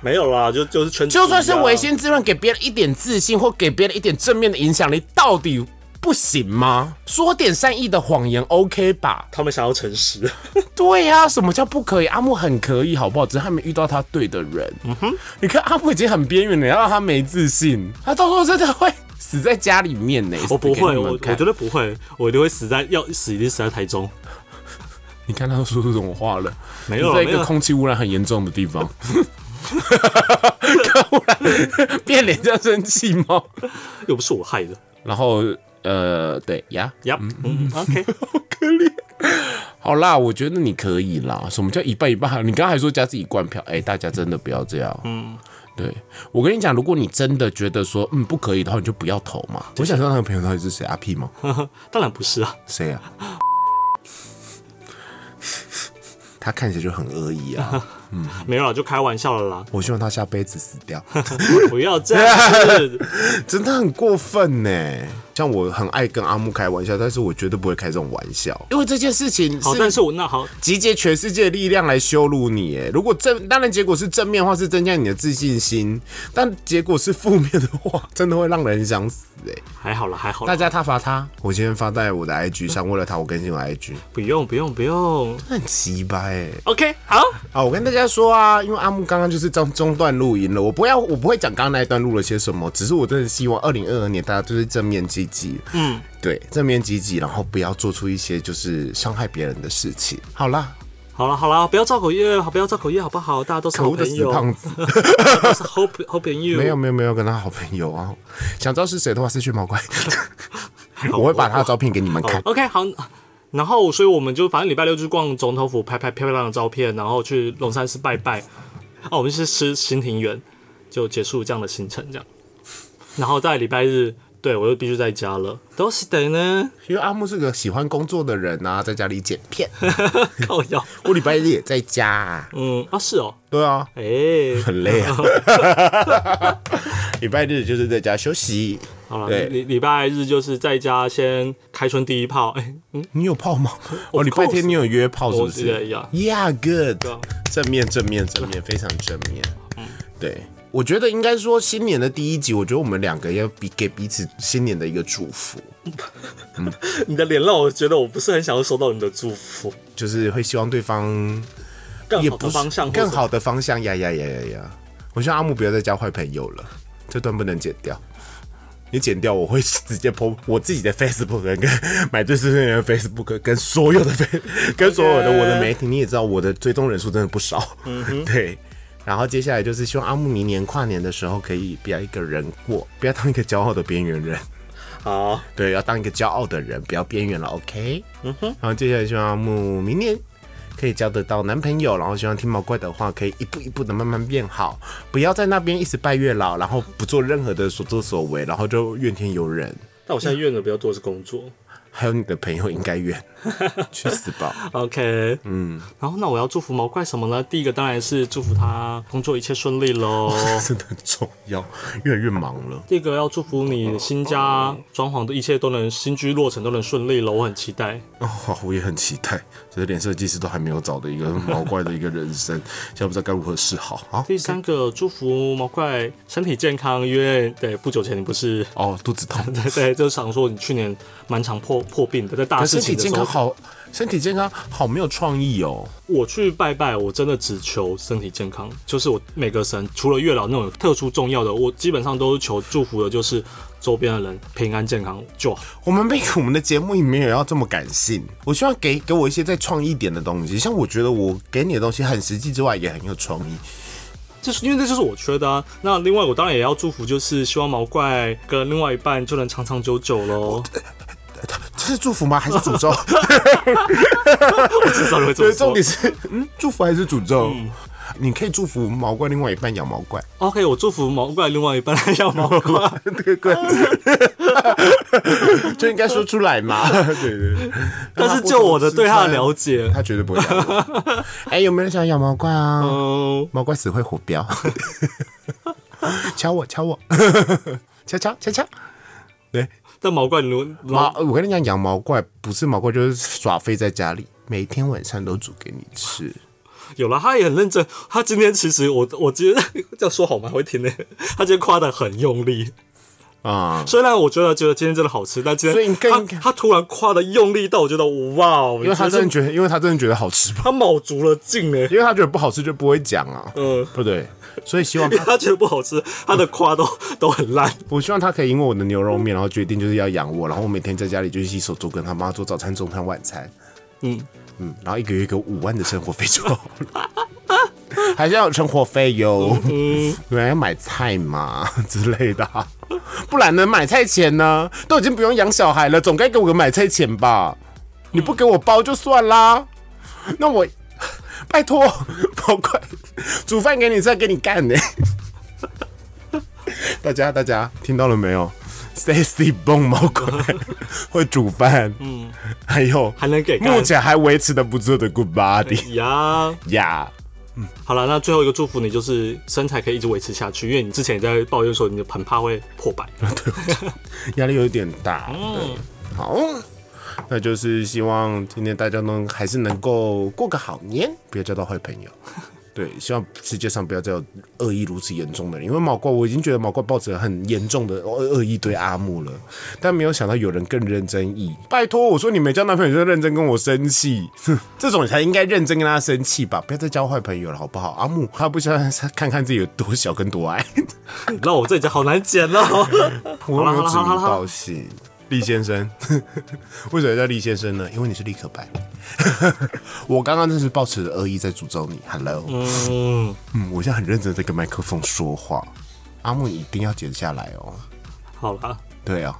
Speaker 2: 没有啦，就就是全
Speaker 1: 就算是违心自论，给别人一点自信或给别人一点正面的影响力，到底不行吗？说点善意的谎言，OK 吧？
Speaker 2: 他们想要诚 实，
Speaker 1: 对呀、什么叫不可以？阿木很可以，好不好？只是他没遇到他对的人。嗯哼，你看阿木已经很边缘了，要让他没自信，他到时候真的会死在家里面呢。
Speaker 2: 我不
Speaker 1: 死给
Speaker 2: 会，
Speaker 1: 你
Speaker 2: 我
Speaker 1: 们
Speaker 2: 我
Speaker 1: 看
Speaker 2: 绝对不会，我一定会死在要死一定死在台中。
Speaker 1: 你看他都说出这种话了，
Speaker 2: 没有
Speaker 1: 你在一
Speaker 2: 没
Speaker 1: 个
Speaker 2: 有
Speaker 1: 空气污染很严重的地方。 突然 变脸叫生气吗？
Speaker 2: 又不是我害的。
Speaker 1: 然后呃，对呀，
Speaker 2: 呀、嗯 o k
Speaker 1: 好啦，我觉得你可以啦。什么叫一半一半？你刚刚还说加自己灌票，哎、大家真的不要这样。嗯，对我跟你讲，如果你真的觉得说嗯不可以的话，你就不要投嘛。我想知道那个朋友到底是谁，阿 P 吗？
Speaker 2: 当然不是啊，
Speaker 1: 谁啊？他看起来就很恶意 啊！
Speaker 2: 没有啦，就开玩笑了啦，
Speaker 1: 我希望他下辈子死掉，
Speaker 2: 不要这样 子。
Speaker 1: 真的很过分呢。像我很爱跟阿木开玩笑，但是我绝对不会开这种玩笑，因为这件事情
Speaker 2: 好，
Speaker 1: 是
Speaker 2: 但是我那好，
Speaker 1: 集结全世界的力量来羞辱你，哎，如果正当然结果是正面的话，是增加你的自信心；但结果是负面的话，真的会让人想死，哎。
Speaker 2: 还好了，还好
Speaker 1: 大
Speaker 2: 了，
Speaker 1: 家挞伐他，我今天发在我的 IG 上，为了他我更新我的 IG，
Speaker 2: 不用不用不用。
Speaker 1: 很奇葩哎。
Speaker 2: OK，好，
Speaker 1: 啊，我跟大家说啊，因为阿木刚刚就是中中断录音了，我不要，我不会讲刚刚那一段录了些什么，只是我真的希望二零二二年大家就是正面积极，嗯，对，正面积极，然后不要做出一些就是伤害别人的事情。好啦，
Speaker 2: 好了好了，不要造口业，好不要造口业，好不好？大家都是
Speaker 1: 可
Speaker 2: 好
Speaker 1: 恶的
Speaker 2: 朋
Speaker 1: 死
Speaker 2: 友，
Speaker 1: 胖子。
Speaker 2: 都是 hope hope in you。
Speaker 1: 没有没有没有跟他好朋友啊，想知道是谁的话，私讯毛 怪，
Speaker 2: 好，
Speaker 1: 我会把他的照片给你们
Speaker 2: 好
Speaker 1: 看。
Speaker 2: OK，好。然后，所以我们就反正礼拜六去逛总统府，拍拍漂亮的照片，然后去龙山寺拜拜。哦，我们是吃新庭园，就结束这样的行程，这样。然后在礼拜日，对我又必须在家了。都是的 呢，
Speaker 1: 因为阿木是个喜欢工作的人啊，在家里剪 片，
Speaker 2: 靠腰。
Speaker 1: 我礼拜日也在家、啊。
Speaker 2: 嗯，啊是哦，
Speaker 1: 对啊，
Speaker 2: 哎、
Speaker 1: 很累 啊。礼拜日就是在家休息。
Speaker 2: 好了，
Speaker 1: 对
Speaker 2: 礼礼拜日就是在家先开春第一炮。哎、嗯，
Speaker 1: 你有泡吗？哦，礼拜天你有约炮是不
Speaker 2: 我记得
Speaker 1: 是
Speaker 2: 呀
Speaker 1: ？Yeah，good
Speaker 2: 啊。
Speaker 1: 正面，正面，正面，非常正面。对，我觉得应该说新年的第一集，我觉得我们两个要比给彼此新年的一个祝福。
Speaker 2: 你的脸让我觉得我不是很想要收到你的祝福，
Speaker 1: 就是会希望对方
Speaker 2: 更
Speaker 1: 也
Speaker 2: 好
Speaker 1: 不
Speaker 2: 的
Speaker 1: 是
Speaker 2: 方向，
Speaker 1: 更。好的方向呀呀呀呀呀！我希望阿木不要再交坏朋友了，这段不能剪掉。你剪掉，我会直接 po 我自己的 Facebook 跟跟买醉碎碎念的 Facebook 跟 所有的 Face 跟所有的我的媒体，你也知道我的追踪人数真的不少。
Speaker 2: 嗯
Speaker 1: 对。然后接下来就是希望阿木明年跨年的时候可以不要一个人过，不要当一个骄傲的边缘人。
Speaker 2: 好，
Speaker 1: 对，要当一个骄傲的人，不要边缘了，OK？嗯哼。然后接下来希望阿木明年可以交得到男朋友，然后希望听毛怪的话可以一步一步的慢慢变好，不要在那边一直拜月老，然后不做任何的所作所为，然后就怨天尤人。
Speaker 2: 但我现在愿的比较多是工作。
Speaker 1: 还有你的朋友应该 怨，去死吧！
Speaker 2: OK，嗯，然后那我要祝福毛怪什么呢？第一个当然是祝福他工作一切顺利 喽。
Speaker 1: 哦真的很重要，越来越忙了。
Speaker 2: 第一个要祝福你新家装潢的一切都能新居落成都能顺利喽，我很期待。
Speaker 1: 哦，我也很期待，这是连设计师都还没有找的一个毛怪的一个人生， 现在不知道该如何是好啊！
Speaker 2: 第三个祝福毛怪身体健康，因为对不久前你不是
Speaker 1: 哦，肚子痛。
Speaker 2: 对对，就想说你去年蛮常破破破病的，在大
Speaker 1: 可
Speaker 2: 事
Speaker 1: 啊身
Speaker 2: 情
Speaker 1: 体
Speaker 2: 的时
Speaker 1: 健
Speaker 2: 候
Speaker 1: 康，好，身体健康好没有创意哦。
Speaker 2: 我去拜拜，我真的只求身体健康，就是我每个神，除了月老那种特殊重要的，我基本上都是求祝福的，就是周边的人平安健康就好。
Speaker 1: 我们被我们的节目里面也要这么感性，我希望给给我一些再创意一点的东西。像我觉得我给你的东西很实际之外，也很有创意。
Speaker 2: 这是因为这就是我缺的啊。那另外我当然也要祝福，就是希望毛怪跟另外一半就能长长久久喽。
Speaker 1: 这是祝福吗？还是诅咒？
Speaker 2: 我至少会这么
Speaker 1: 对，
Speaker 2: 说。
Speaker 1: 重点是，嗯，祝福还是诅咒？你可以祝福毛怪另外一半养毛怪，
Speaker 2: OK，我祝福毛怪另外一半要毛怪。
Speaker 1: 这个怪就应该说出来 嘛。对对对。
Speaker 2: 但是就我的对他的了 解，
Speaker 1: 他绝对不会养我。 哎、有没有人想养毛怪啊？
Speaker 2: 嗯，
Speaker 1: 毛怪死会火标， 敲我敲我， 敲敲敲敲。对，
Speaker 2: 但毛怪如
Speaker 1: 毛
Speaker 2: 毛，
Speaker 1: 我跟你讲，养毛怪不是毛怪就是耍废在家里，每天晚上都煮给你吃。
Speaker 2: 有了，他也很认真。他今天其实我我觉得 这样说好吗？会听的。他今天夸的很用力，
Speaker 1: 啊、
Speaker 2: 虽然我觉得觉得今天真的好吃，但今天
Speaker 1: 所以你更
Speaker 2: 他他突然夸的用力到我觉得哇哦，
Speaker 1: 因为他
Speaker 2: 真
Speaker 1: 真的
Speaker 2: 的
Speaker 1: 觉得，因为他真的觉得好吃吧，
Speaker 2: 他卯足了劲哎。
Speaker 1: 因为他觉得不好吃就不会讲啊，
Speaker 2: 嗯
Speaker 1: 对不对？所以希望
Speaker 2: 因为
Speaker 1: 他，
Speaker 2: 他觉得不好吃，他的夸都都很烂。
Speaker 1: 我希望他可以因为我的牛肉面，然后决定就是要养我，然后我每天在家里就是洗手做跟他妈做早餐、中餐、晚餐，
Speaker 2: 嗯，
Speaker 1: 嗯，然后一个月给我五万的生活费就好了，还是要有生活费哟，对，要买菜嘛 之类的啊、不然呢，买菜钱呢，都已经不用养小孩了，总该给我个买菜钱吧？你不给我包就算啦，那我拜托，包快煮饭给你吃，还给你干呢、 大家，大家听到了没有？Stacy 蹦毛怪 会煮饭，嗯，还有
Speaker 2: 还能给干
Speaker 1: 目前还维持的不错的 Good Body
Speaker 2: 呀，
Speaker 1: 呀、
Speaker 2: 好了，那最后一个祝福你就是身材可以一直维持下去，因为你之前也在抱怨说你的很怕会破 百。
Speaker 1: 压力有点大。对，好，那就是希望今天大家能还是能够过个好年，不要交到坏朋 友。对，希望世界上不要再有恶意如此严重的人，因为毛怪我已经觉得毛怪抱着很严重的恶恶意对阿木了，但没有想到有人更认真意。拜托，我说你没交男朋友就认真跟我生气， 哼这种才应该认真跟他生气吧，不要再交坏朋友了好不好？阿木他不想看看自己有多小跟多矮。
Speaker 2: 那我这已经好难剪了。
Speaker 1: 我又没
Speaker 2: 好啦好啦好
Speaker 1: 有指名
Speaker 2: 啦好啦
Speaker 1: 道姓，厉先生。 为什么叫厉先生呢？因为你是立可白。 我刚刚真是抱持着恶意在诅咒你。Hello，嗯
Speaker 2: 嗯，
Speaker 1: 我现在很认真地在跟麦克风说话。阿木，你一定要剪下来哦。
Speaker 2: 好啦，
Speaker 1: 对啊，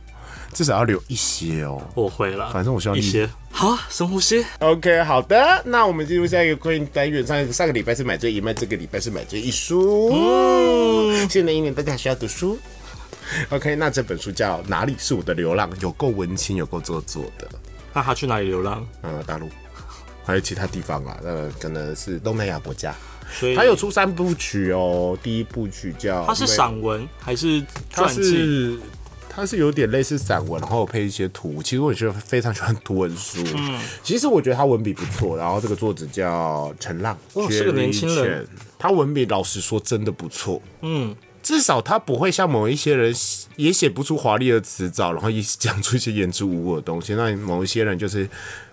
Speaker 1: 至少要留一些哦。
Speaker 2: 我会了。
Speaker 1: 反正我希望
Speaker 2: 一
Speaker 1: 你
Speaker 2: 些。好啊，深呼吸。
Speaker 1: OK，好的，那我们进入下一个规定单元。上上个礼拜是买醉一脉，这个礼拜是买醉一书。新的一年大家还是要读书。OK，那这本书叫《哪里是我的流浪》，有够文青，有够做作的。
Speaker 2: 那他去哪里流浪？
Speaker 1: 呃，大陆，还有其他地方啦，呃，可能是东南亚国家。
Speaker 2: 所以
Speaker 1: 它有出三部曲哦，第一部曲叫
Speaker 2: 他是散文还是
Speaker 1: 它
Speaker 2: 传记？
Speaker 1: 是它是有点类似散文，然后配一些图。其实我也是非常喜欢图文书。嗯，其实我觉得他文笔不错。然后这个作者叫陈浪，
Speaker 2: 哦是个年轻人
Speaker 1: Jerry Chen，他文笔老实说真的不错。
Speaker 2: 嗯，
Speaker 1: 至少他不会像某一些人也写不出华丽的词藻，然后也讲出一些言之无物的东西。那某一些人就是。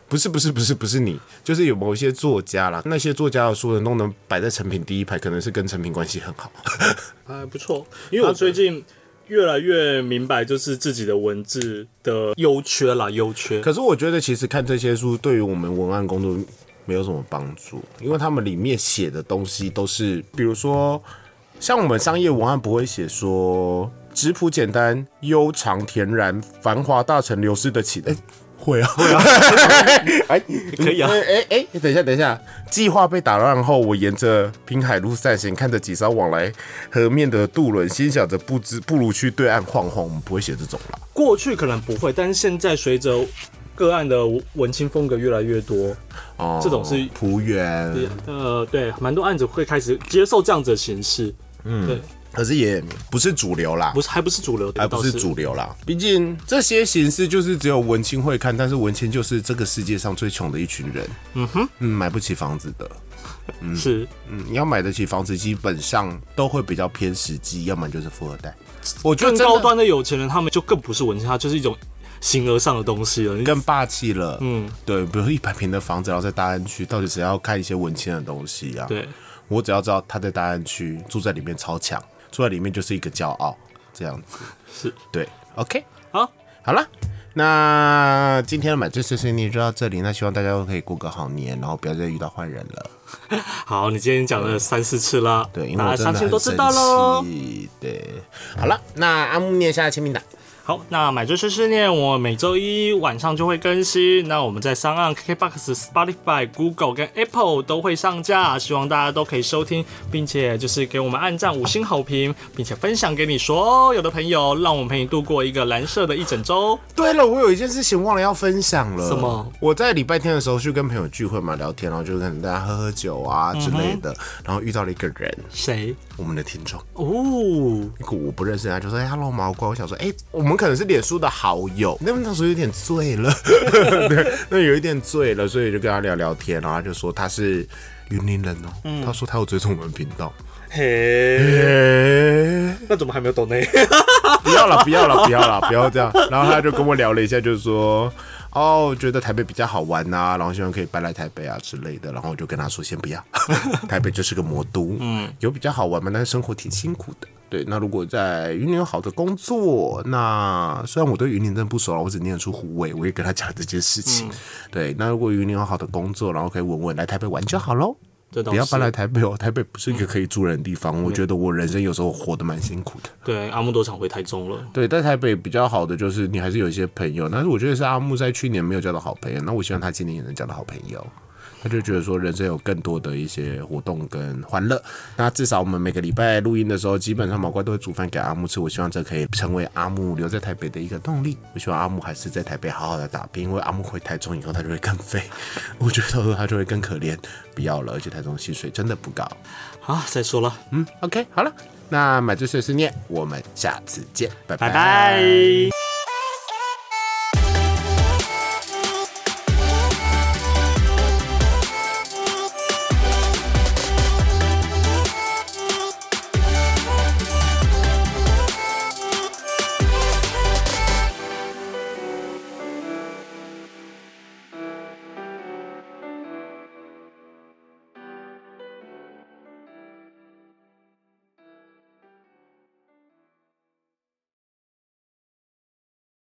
Speaker 1: 不是不是不是不是你，就是有某一些作家啦，那些作家的书人都能摆在成品第一排，可能是跟成品关系很好。
Speaker 2: 还不错。因为我最近越来越明白，就是自己的文字的优缺啦，优缺。
Speaker 1: 可是我觉得，其实看这些书对于我们文案工作没有什么帮助，因为他们里面写的东西都是，比如说，像我们商业文案不会写说质朴简单、悠长恬然、繁华大城流失得起的。哎会啊，会啊，哎，
Speaker 2: 可以啊
Speaker 1: 哎哎哎，等一下，等一下，计划被打乱后，我沿着滨海路散行，看着几艘往来河面的渡轮，心想着不知不如去对岸晃晃。我们不会写这种啦，
Speaker 2: 过去可能不会，但是现在随着个案的文青风格越来越多，
Speaker 1: 哦，
Speaker 2: 这种是
Speaker 1: 仆园，
Speaker 2: 呃，对，蛮多案子会开始接受这样子的形式。嗯，对，
Speaker 1: 可是也不是主流啦
Speaker 2: 不，是还不是主流，
Speaker 1: 还
Speaker 2: 倒
Speaker 1: 不是主流啦。毕竟这些形式就是只有文青会看，但是文青就是这个世界上最穷的一群人。嗯哼，嗯，买不起房子的，
Speaker 2: 是
Speaker 1: 嗯，你要买得起房子，基本上都会比较偏实际，要么就是富二代。我觉得
Speaker 2: 更
Speaker 1: 真的
Speaker 3: 啊
Speaker 2: 高端的有钱人，他们就更不是文青，他就是一种形而上的东西了。你
Speaker 3: 更霸气了。嗯，对，比如一百平的房子，然后在大安区，到底谁要看一些文青的东西啊？
Speaker 2: 对，
Speaker 3: 我只要知道他在大安区住在里面超强，住在里面就是一个骄傲，这样子
Speaker 2: 是
Speaker 3: 对。OK，
Speaker 2: 好，
Speaker 3: 好了。那今天的买醉碎碎念就到这里，那希望大家都可以过个好年，然后不要再遇到坏人了。
Speaker 2: 好，你今天讲了三四次啦，
Speaker 3: 对，因为
Speaker 2: 大
Speaker 3: 我
Speaker 2: 家
Speaker 3: 真
Speaker 2: 相
Speaker 3: 的很
Speaker 2: 信都知道
Speaker 3: 生
Speaker 2: 喽。
Speaker 3: 气。对，好了，那阿木念一下签名档。
Speaker 2: 好，那买醉碎碎念，我每周一晚上就会更新。那我们在商岸、KKBox、Spotify、Google 跟 Apple 都会上架，希望大家都可以收听，并且就是给我们按赞五星好评，并且分享给你所有的朋友，让我们陪你度过一个蓝色的一整周。
Speaker 3: 对了，我有一件事情忘了要分享了。
Speaker 2: 什么？
Speaker 3: 我在礼拜天的时候去跟朋友聚会嘛，聊天，然后就跟大家喝喝酒啊之类的，然后遇到了一个人，
Speaker 2: 谁？
Speaker 3: 我们的听众，
Speaker 2: 哦，
Speaker 3: 一个我不认识的人，他就说：“哎、h e l l o 毛怪。”我想说：“哎、我们可能是脸书的好友，那那时候有点醉了， 对，那有一点醉了，所以就跟他聊聊天，然后他就说他是云林人哦，他说他有追踪我们频道。”
Speaker 2: 嘿，
Speaker 3: 哎，
Speaker 2: 那怎么还没有懂呢？
Speaker 3: 不要了，不要了，不要了，不要这样。然后他就跟我聊了一下，就是说，哦，觉得台北比较好玩呐、然后希望可以搬来台北啊之类的。然后我就跟他说，先不要， 台北就是个魔都，嗯，有比较好玩嘛，但是生活挺辛苦的。对，那如果在云林有好的工作，那虽然我对云林真的不熟了，啊我只念得出胡伟，我也跟他讲这件事情。对，那如果云林有好的工作，然后可以稳稳来台北玩就好喽。
Speaker 2: 这倒
Speaker 3: 不要
Speaker 2: 是
Speaker 3: 搬来台北哦，台北不是一个可以住人的地方。我觉得我人生有时候活得蛮辛苦的。
Speaker 2: 对，阿木多想回台中了。
Speaker 3: 对，在台北比较好的就是你还是有一些朋友，但是我觉得是阿木在去年没有交到好朋友，那我希望他今年也能交到好朋友。他就觉得说人生有更多的一些活动跟欢乐，那至少我们每个礼拜录音的时候，基本上毛怪都会煮饭给阿木吃。我希望这可以成为阿木留在台北的一个动力。我希望阿木还是在台北好好的打拼，因为阿木回台中以后他就会更废，我觉得他就会更可怜。不要了，而且台中薪水真的不高。嗯
Speaker 2: 啊，再说了，
Speaker 3: 嗯，OK，好了，那买醉碎碎念，我们下次见，拜
Speaker 2: 拜拜